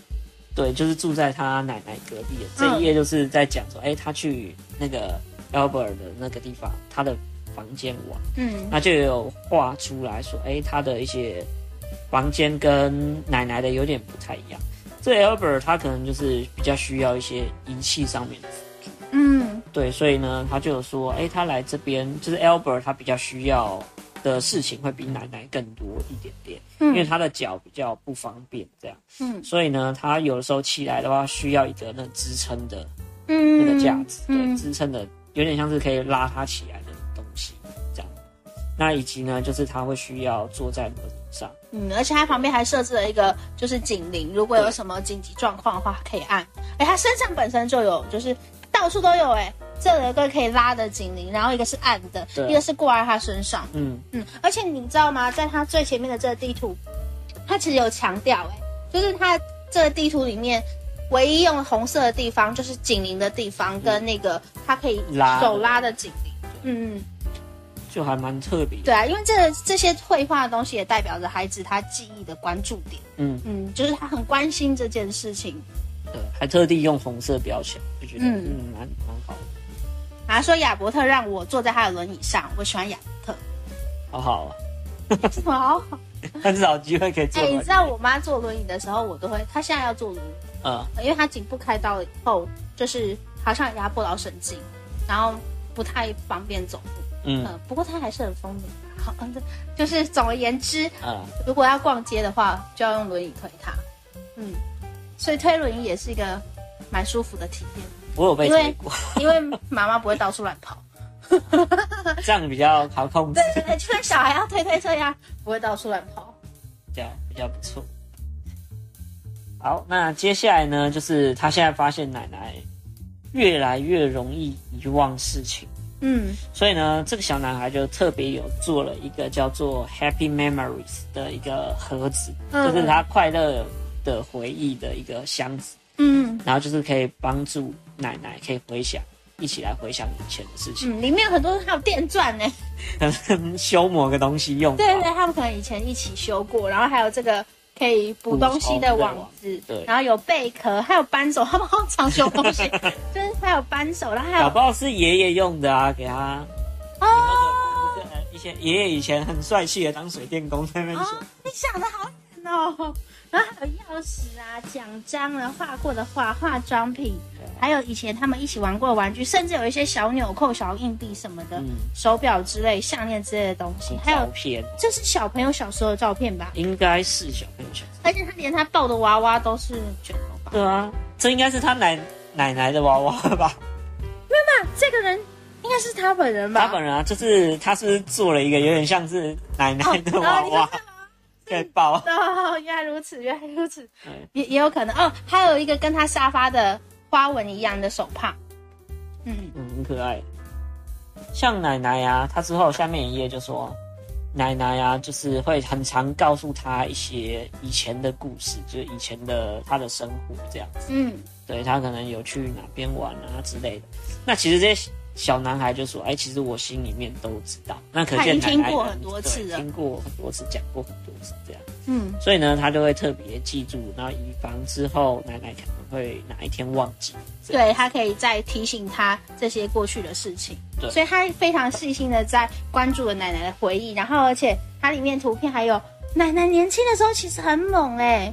A: 对，就是住在他奶奶隔壁的。这
B: 嗯
A: 一页就是在讲说，哎、他去那个 Albert 的那个地方，他的房间玩，
B: 嗯
A: 那就有画出来说，哎、他的一些房间跟奶奶的有点不太一样。这 Albert 他可能就是比较需要一些仪器上面的
B: 嗯
A: 对，所以呢，他就有说，哎、他来这边就是 Albert，他比较需要的事情会比奶奶更多一点点，因为
B: 嗯
A: 他的脚比较不方便，这样，
B: 嗯
A: 所以呢，他有的时候起来的话，需要一个那支撑的那
B: 嗯
A: 个架子，对，
B: 嗯
A: 支撑的有点像是可以拉他起来的东西，这样。那以及呢，就是他会需要坐在轮椅上，
B: 嗯，而且他旁边还设置了一个就是警铃，如果有什么紧急状况的话可以按。哎、他身上本身就有，就是到处都有哎、这有一个可以拉的警铃，然后一个是按的，
A: 对
B: 一个是挂在他身上。
A: 嗯，
B: 嗯，而且你知道吗？在它最前面的这个地图，它其实有强调，哎，就是它这个地图里面唯一用红色的地方就是警铃的地方，跟那个它可以
A: 嗯拉的
B: 手拉的警铃。嗯，嗯
A: 就还蛮特别的，
B: 对啊，因为这这些绘画的东西也代表着孩子他记忆的关注点。
A: 嗯
B: 嗯，就是他很关心这件事情。
A: 对，还特地用红色标签，就觉得
B: 嗯
A: 嗯蛮蛮好的，
B: 然啊后说亚伯特让我坐在他的轮椅上，我喜欢亚伯
A: [laughs]
B: 特，
A: 好好啊， [laughs]
B: 这么好。
A: 很少有机会可以做
B: 哎、
A: 到。
B: 你知道我妈坐轮椅的时候，我都会，她现在要坐轮椅。
A: 嗯，
B: 因为他颈部开刀以后，就是好像有压迫到神经，然后不太方便走路。
A: 嗯
B: 呃，不过他还是很聪明啊。好，嗯就是总而言之，
A: 啊，
B: 如果要逛街的话，就要用轮椅推他。嗯，所以推轮椅也是一个蛮舒服的体验，
A: 我有被
B: 因为
A: 推过， [laughs]
B: 因为妈妈不会到处乱 [laughs] 跑。
A: 这样比较好控制，
B: 对对，哎就跟小孩要推推车一样，不会到处乱跑。
A: 这样比较不错。好，那接下来呢，就是他现在发现奶奶越来越容易遗忘事情，
B: 嗯
A: 所以呢，这个小男孩就特别有做了一个叫做 Happy Memories 的一个盒子，
B: 嗯
A: 就是他快乐的回忆的一个箱子，
B: 嗯
A: 然后就是可以帮助奶奶可以回想，一起来回想以前的事 [laughs] 情，
B: 嗯，里面有很多还有电钻呢。
A: 可能修某个东西用到。
B: 对对，他们可能以前一起修过，然后还有这个可以补东西的网子，
A: 对
B: 然后有贝壳，还有扳手，他们好常修东西，就是还有扳手，然后还有
A: 搞不好是爷爷用的啊，给他。哦。以前爷爷以前很帅气的当水电工在那边修，
B: 哦，你想的好远哦，然后还有钥匙啊、奖章啊、画过的画、化妆品，还有以前他们一起玩过的玩具，甚至有一些小纽扣、小硬币什么的，
A: 嗯，
B: 手表之类、项链之类的东西，还
A: 照
B: 有
A: 片
B: 这是小朋友小时候的照片吧？
A: 应该是小朋友想。
B: 而且他连他抱的娃娃都是卷头发。
A: 对啊，这应该是他奶奶奶的娃娃吧？
B: 啊这个人应该是他本人吧？
A: 他本人啊，就是他是不是做了一个有点像是奶奶的娃娃，可以抱。
B: 哦，原来如此，原来如此
A: 对，
B: 也也有可能哦。还有一个跟他沙发的花纹一样的手帕，嗯，
A: 嗯，很可爱。像奶奶啊，她之后下面一页就说，奶奶啊，就是会很常告诉她一些以前的故事，就是以前的她的生活这样子。
B: 嗯，
A: 对她可能有去哪边玩啊之类的。那其实这些小男孩就说，哎，其实我心里面都知道。那可
B: 他已
A: 见
B: 经
A: 奶奶
B: 听过
A: 可能
B: 很多
A: 对
B: 次了
A: 听过很多次，讲过很多次这样。
B: 嗯，
A: 所以呢，他就会特别记住，然后以防之后奶奶可能会哪一天忘记。
B: 对他可以再提醒他这些过去的事情，
A: 对
B: 所以他非常细心的在关注了奶奶的回忆，然后而且它里面图片还有奶奶年轻的时候其实很猛哎、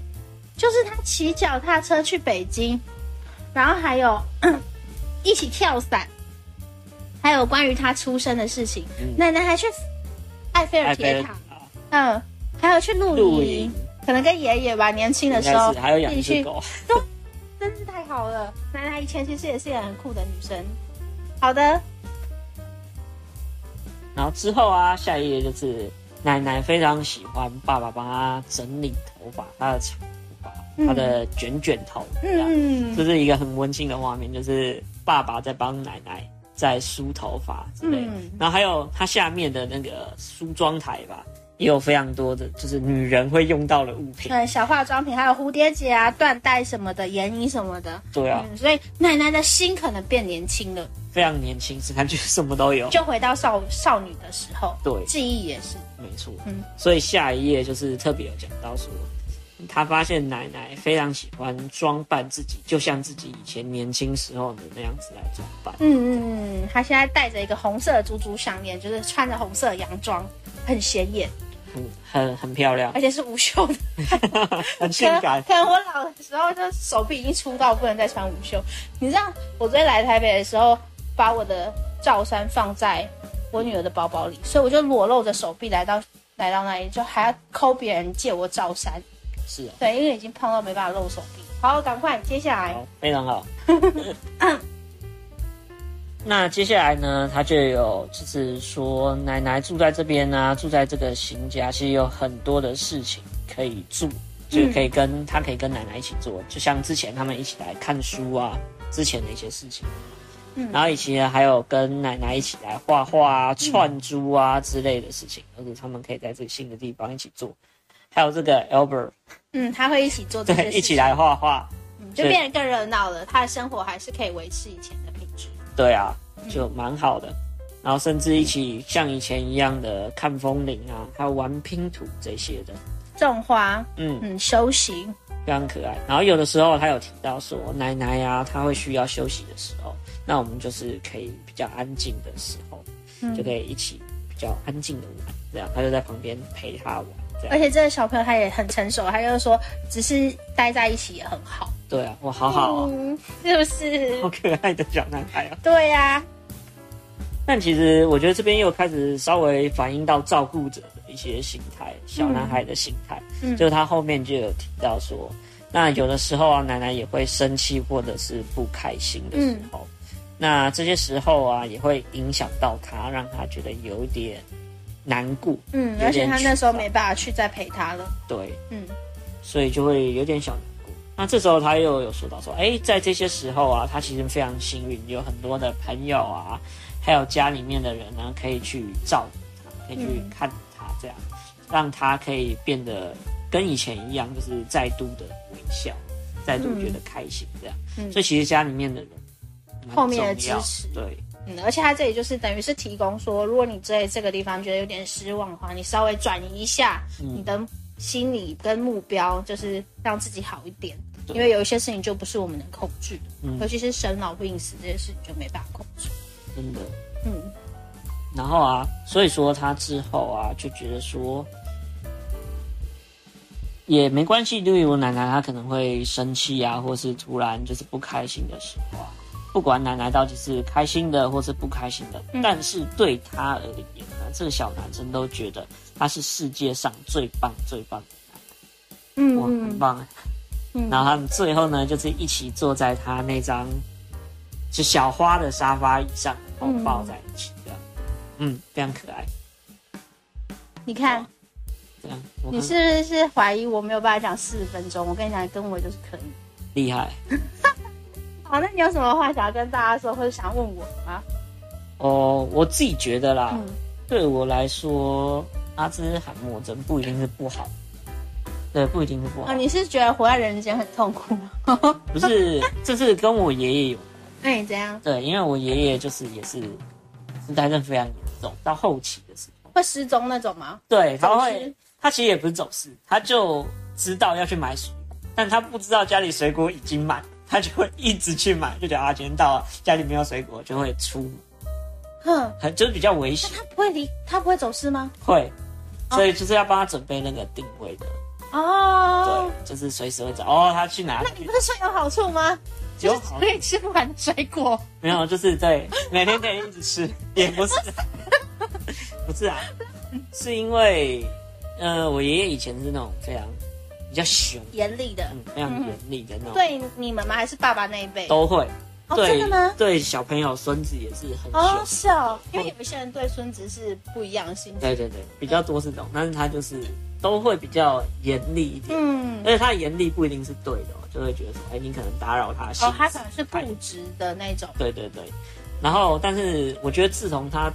B: 就是她骑脚踏车去北京，然后还有 [clears throat] 一起跳伞，还有关于她出生的事情，
A: 嗯
B: 奶奶还去埃菲尔
A: 艾
B: 铁
A: 菲
B: 塔，嗯，还有去露
A: 露
B: 营
A: 营，
B: 可能跟爷爷吧，年轻的
A: 应
B: 时候
A: 该是还有养一
B: 自己
A: 只
B: 去
A: 狗。
B: 真是太好了！奶奶以前其实也是一个很酷的女生。好的，
A: 然后之后啊，下一页就是奶奶非常喜欢爸爸帮她整理头发，她的长头发，她的卷卷头，这样，
B: 嗯
A: 这是一个很温馨的画面，就是爸爸在帮奶奶在梳头发之类的。
B: 嗯
A: 然后还有它下面的那个梳妆台吧，也有非常多的就是女人会用到的物品。
B: 对，小化妆品还有蝴蝶结啊、缎带什么的、眼影什么的，
A: 对啊，
B: 嗯，所以奶奶的心可能变年轻了，
A: 非常年轻，是感觉什么都有。
B: 就回到少少女的时候，
A: 对，
B: 记忆也是，
A: 没错。
B: 嗯
A: 所以下一页就是特别有讲到说，他发现奶奶非常喜欢装扮自己，就像自己以前年轻时候的那样子来装扮。
B: 嗯嗯，她现在戴着一个红色的珠珠项链，就是穿着红色的洋装，很显眼，
A: 很很很漂亮，
B: 而且是无袖的。
A: [laughs] 很性感。
B: 哎可能我老的时候，就手臂已经粗到不能再穿无袖。你知道，我昨天来台北的时候，把我的罩衫放在我女儿的包包里，所以我就裸露着手臂来到来到那里，就还要抠别人借我罩衫。
A: 是啊，
B: 对，因为已经胖到没办法露手臂。好，赶快，接下来，
A: 好，非常
B: [laughs]
A: 好。那接下来呢，他就有就是说，奶奶住在这边啊，住在这个新家，其实有很多的事情可以做，
B: 嗯
A: 就是可以跟他可以跟奶奶一起做，就像之前他们一起来看书啊，之前的一些事情。
B: 嗯
A: 然后以前还有跟奶奶一起来画画啊、串珠啊之类的事情，而且他们可以在这个新的地方一起做。还有这个 Albert，
B: 嗯，她会一起做这些
A: 对，
B: 事情，
A: 一起来画画，
B: 嗯，就变得更热闹了。她的生活还是可以维持以前的品质。
A: 对啊，就蛮好的。然后甚至一起像以前一样的看风铃啊，还有玩拼图这些的，
B: 种花，
A: 嗯，
B: 嗯，休息，
A: 非常可爱。然后有的时候他有提到说，奶奶呀、她会需要休息的时候，那我们就是可以比较安静的时候，
B: 嗯
A: 就可以一起比较安静的玩，这样他就在旁边陪她玩，这
B: 而
A: 样。
B: 且这个小朋友他也很成熟，他就是说，只是待在一起也很好。
A: 对啊，哇，好好哦，
B: 嗯，是不是
A: 好？可爱的小男孩哦。
B: 对呀、
A: 但其实我觉得这边又开始稍微反映到照顾者的一些心态，小男孩的心态，
B: 嗯
A: 就是他后面就有提到说，那有的时候啊，奶奶也会生气或者是不开心的时候，那这些时候啊，也会影响到他，让他觉得有点难过，
B: 嗯，
A: 有
B: 而且
A: 点
B: 他那时候
A: 沮丧
B: 没办法去再陪他了。
A: 对，
B: 嗯
A: 所以就会有点小难过。那这时候他又有说到说，哎，在这些时候啊，他其实非常幸运，有很多的朋友啊，还有家里面的人啊呢，可以去照顾他，可以去看他，这样让他可以变得跟以前一样，就是再度的微笑，再度觉得开心这样。
B: 嗯
A: 所以其实家里面的人嗯很
B: 后面的
A: 重要
B: 支持
A: 对，
B: 嗯，而且他这里就是等于是提供说，如果你在这个地方觉得有点失望的话，你稍微转移一下
A: 嗯
B: 你的心理跟目标，就是让自己好一点。
A: 对
B: 因为有一些事情就不是我们能控制的，
A: 嗯
B: 尤其是生老病死这些事情就没办法控制。
A: 真的。
B: 嗯，
A: 然后啊，所以说他之后啊就觉得说也没关系，对于我奶奶她可能会生气啊，或是突然就是不开心的时候啊，不管奶奶到底是开心的或是不开心的，
B: 嗯
A: 但是对他而言呢，这个小男生都觉得他是世界上最棒最棒的男人。
B: 嗯
A: 哇，很棒！啊
B: 嗯
A: 然后他们最后呢，就是一起坐在他那张是小花的沙发椅上，然
B: 嗯
A: 后抱在一起这样，嗯，非常可爱。
B: 你看，
A: 这样，我
B: 你
A: 看
B: 是不是怀疑我没有办法讲四十分钟？我跟你讲，跟我就是可以。
A: 厉害
B: 好，那你有什么话想要跟大家说，或者想问我吗？
A: 哦。我自己觉得啦，
B: 嗯，
A: 对我来说，阿兹海默症不一定是不好，对，不一定是不好，
B: 啊，你是觉得活在人间很痛
A: [laughs]
B: 苦吗？
A: 不
B: [laughs]
A: 是，这是跟我爷爷有
B: 那你怎样？
A: 对，因为我爷爷就是也是痴呆症非常严重，到后期的时候。
B: 会失踪那种吗？
A: 对，他
B: 走
A: 会
B: 失，
A: 他其实也不是走私，他就知道要去买水果，但他不知道家里水果已经满，他就会一直去买，就觉得啊，今天到了，家里没有水果，就会出门，
B: 哼。
A: 很就是比较危险，
B: 他不会离，他不会走失吗？
A: 会，
B: 哦
A: 所以就是要帮他准备那个定位的，
B: 哦，
A: 对，就是随时会找哦，他去哪
B: 那你
A: 里
B: 不，是说有好处吗？就
A: 有
B: 是
A: 好
B: 可以吃不完的水果，
A: 没有，就是
B: [laughs]
A: 对，每天可以一直吃，也不是， [laughs] 不是啊，是因为，呃，我爷爷以前是那种非常比较凶，
B: 严厉的。
A: 嗯，非常严厉的那种，
B: 对你们吗？还是爸爸那一辈？
A: 都会。
B: 哦，
A: 对
B: 真的吗？
A: 对小朋友、孙子也是很凶。
B: 哦，是哦，因为有一些人对孙子是不一样的心情。
A: 对对对，比较多是这种，但是他就是都会比较严厉一点，
B: 嗯，
A: 而且他的严厉不一定是对的哦，就会觉得说，哎，你可能打扰他的心
B: 哦，他
A: 思
B: 可能是固执的那种。
A: 对对对，然后但是我觉得自从他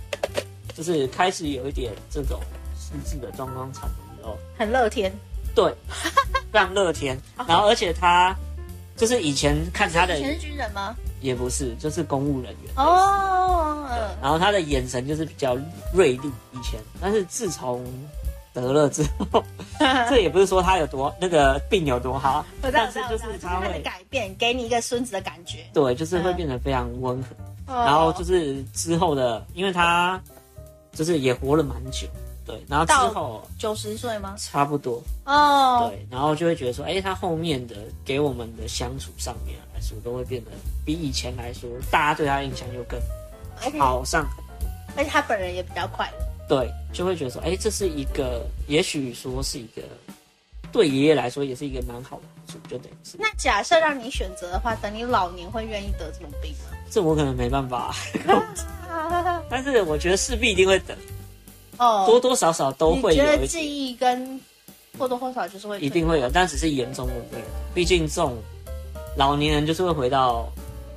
A: 就是开始有一点这种失智的状况产生之后，
B: 很乐天， [laughs]
A: 对，非常乐天，然后而且他就是以前看他的
B: 哦以前是军人吗？
A: 也不是，就是公务人员
B: 哦，嗯
A: 然后他的眼神就是比较锐利以前，但是自从得了之
B: [laughs]
A: 后，这也不是说他有多那个病有多好，
B: 我知道，我
A: 但
B: 知
A: 是
B: 道，
A: 就
B: 我知道，
A: 是
B: 就是
A: 他
B: 他的
A: 会
B: 改变，给你一个孙子的感觉。哦
A: 对，就是
B: 嗯
A: 会变得非常温和。
B: 然
A: 然后就是之后的，因为他就是也活了蛮久，对，然后之后
B: 九十岁吗？
A: 差不多
B: 哦，
A: 对，然后就会觉得说，哎，他后面的给我们的相处上面来说，都会变得比以前来说，大家对他印象就更
B: 而且
A: 好上
B: 而且他本人也比较快乐。
A: 对，就会觉得说，哎，这是一个，也许说是一个，对爷爷来说也是一个蛮好的好处，就等于是，
B: 那假设让你选择的话，等你老年会愿意得这种病
A: 这我可能没办法，啊
B: 吗？
A: 但是我觉得势必一定会等，
B: 哦，
A: 啊多多少少都会
B: 你觉
A: 有
B: 得
A: 一
B: 记
A: 点，
B: 忆跟或多或少就是会
A: 一定会有，但只是严重的没有，毕竟这种老年人就是会回到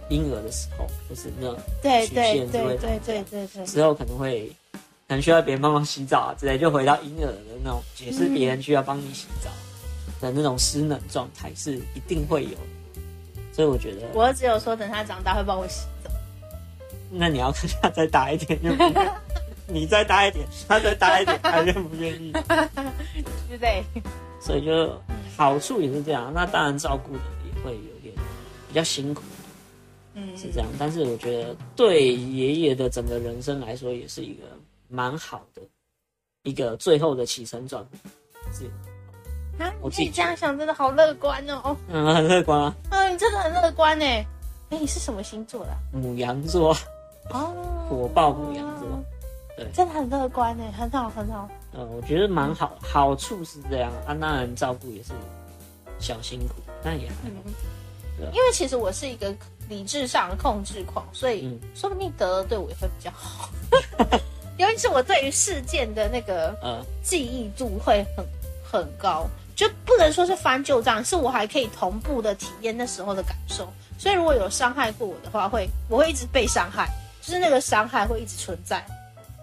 A: 婴儿的时候，就是那种
B: 对
A: 曲
B: 对
A: 线就会
B: 对对对对对，
A: 之后可能会。可能需要别人帮忙洗澡啊之类，就回到婴儿的那种，也是别人需要帮你洗澡的那种失能状态，是一定会有的。所以我觉得，
B: 我只有说等他长大会帮我洗澡。
A: 那你要看他再大一点愿不愿意， [laughs] 你再大一点，他再大一点，他愿不愿意？
B: 对
A: [laughs]
B: 不对？
A: 所以就好处也是这样，啊那当然照顾的也会有点比较辛苦，
B: 嗯，
A: 是这样。但是我觉得对爷爷的整个人生来说，也是一个蛮好的一个最后的起承转合。是，
B: 啊，
A: 我自
B: 你自
A: 己
B: 己这样想真的好乐观哦。哦，
A: 嗯， [laughs] 很乐观啊，
B: 嗯，你真的很乐观呢。哎，你是什么星座的啊？
A: 母羊座，
B: 哦，
A: 火爆母羊座。
B: 真的很乐观呢，很好很好。
A: 嗯，我觉得蛮好，好处是这样啊，当然照顾也是小辛苦，但也还好。
B: 嗯
A: 对啊，
B: 因为其实我是一个理智上的控制狂，所以
A: 嗯
B: 说不定得了对我也会比较好。尤其是我对于事件的那个
A: 呃，
B: 记忆度会很很高，就不能说是翻旧账，是我还可以同步的体验那时候的感受。所以如果有伤害过我的话，会我会一直被伤害，就是那个伤害会一直存在，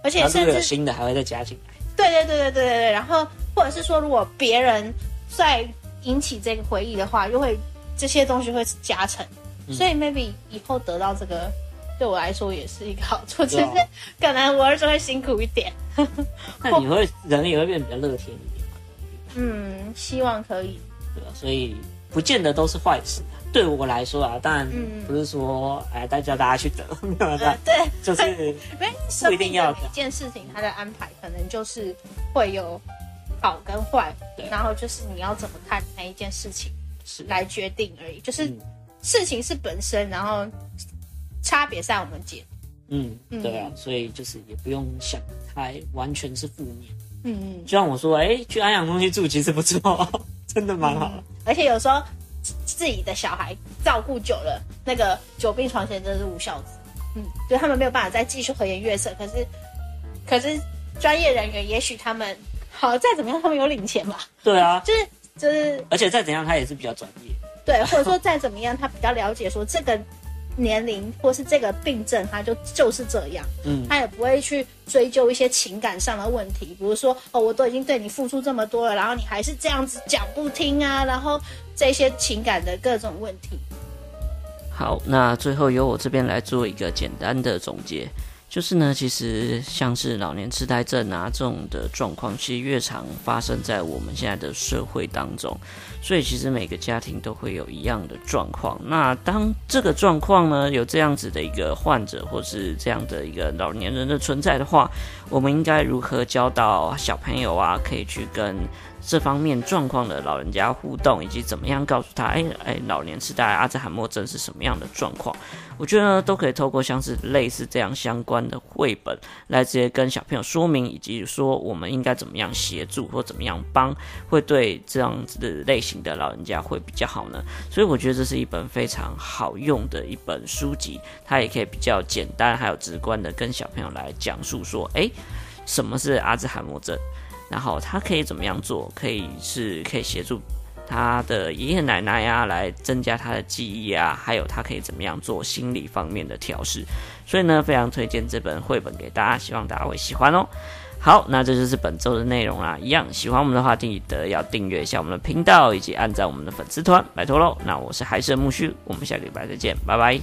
B: 而且
A: 然后如
B: 甚
A: 果有
B: 至
A: 新的还会再加进来。
B: 对对对对对对对，然后或者是说，如果别人再引起这个回忆的话，又会这些东西会加成，
A: 嗯
B: 所以 maybe 以后得到这个对我来说也是一个好处，只
A: 对
B: 是
A: 啊
B: 可能我儿子会辛苦一点。
A: 那你会人也会变得比较乐天一点，
B: 嗯，希望可以。
A: 对吧？所以不见得都是坏事。对我来说啊，当然
B: 嗯
A: 不是说哎，大家大家去得， [laughs] 没有
B: 呃
A: 啦，，
B: 对，
A: 就是
B: 因为生
A: 啊不一
B: 命
A: 定要
B: 的
A: 的
B: 每件事情，它的安排可能就是会有好跟坏
A: 对，
B: 然后就是你要怎么看那一件事情
A: 是
B: 来决定而已。就是
A: 嗯
B: 事情是本身，然后差别在我们解。
A: 嗯，
B: 嗯
A: 对啊，所以就是也不用想太完全是负面。
B: 嗯，
A: 就像我说，哎、去安阳东西住其实不错， [laughs] 真的蛮好的。
B: 嗯而且有时候自自己的小孩照顾久了，那个久病床前真是无孝子。嗯，就他们没有办法再继续和颜悦色，可是可是专业人员也许他们好再怎么样，他们有领钱吧，
A: 对啊，
B: 就是就是
A: 而且再怎样，他也是比较专业。
B: 对，或者说再怎么样，他比较了解说这个年龄或是这个病症，他就就是这样，
A: 嗯，
B: 他也不会去追究一些情感上的问题，比如说哦，我都已经对你付出这么多了，然后你还是这样子讲不听啊，然后这些情感的各种问题。
A: 好，那最后由我这边来做一个简单的总结，就是呢，其实像是老年痴呆症啊这种的状况，其实越常发生在我们现在的社会当中，所以其实每个家庭都会有一样的状况。那当这个状况呢有这样子的一个患者或是这样的一个老年人的存在的话，我们应该如何教导小朋友啊，可以去跟这方面状况的老人家互动，以及怎么样告诉他，哎哎，老年痴呆、阿兹海默症是什么样的状况？我觉得呢，都可以透过像是类似这样相关的绘本，来直接跟小朋友说明，以及说我们应该怎么样协助或怎么样帮，会对这样子的类型的老人家会比较好呢。所以我觉得这是一本非常好用的一本书籍，它也可以比较简单还有直观的跟小朋友来讲述说，哎，什么是阿兹海默症？然后他可以怎么样做？可以是可以协助他的爷爷奶奶呀、来增加他的记忆啊，还有他可以怎么样做心理方面的调试。所以呢，非常推荐这本绘本给大家，希望大家会喜欢哦。好，那这就是本周的内容啦。一样喜欢我们的话，记得要订阅一下我们的频道，以及按赞我们的粉丝团，拜托喽。那我是海生木须，我们下个礼拜再见，拜拜。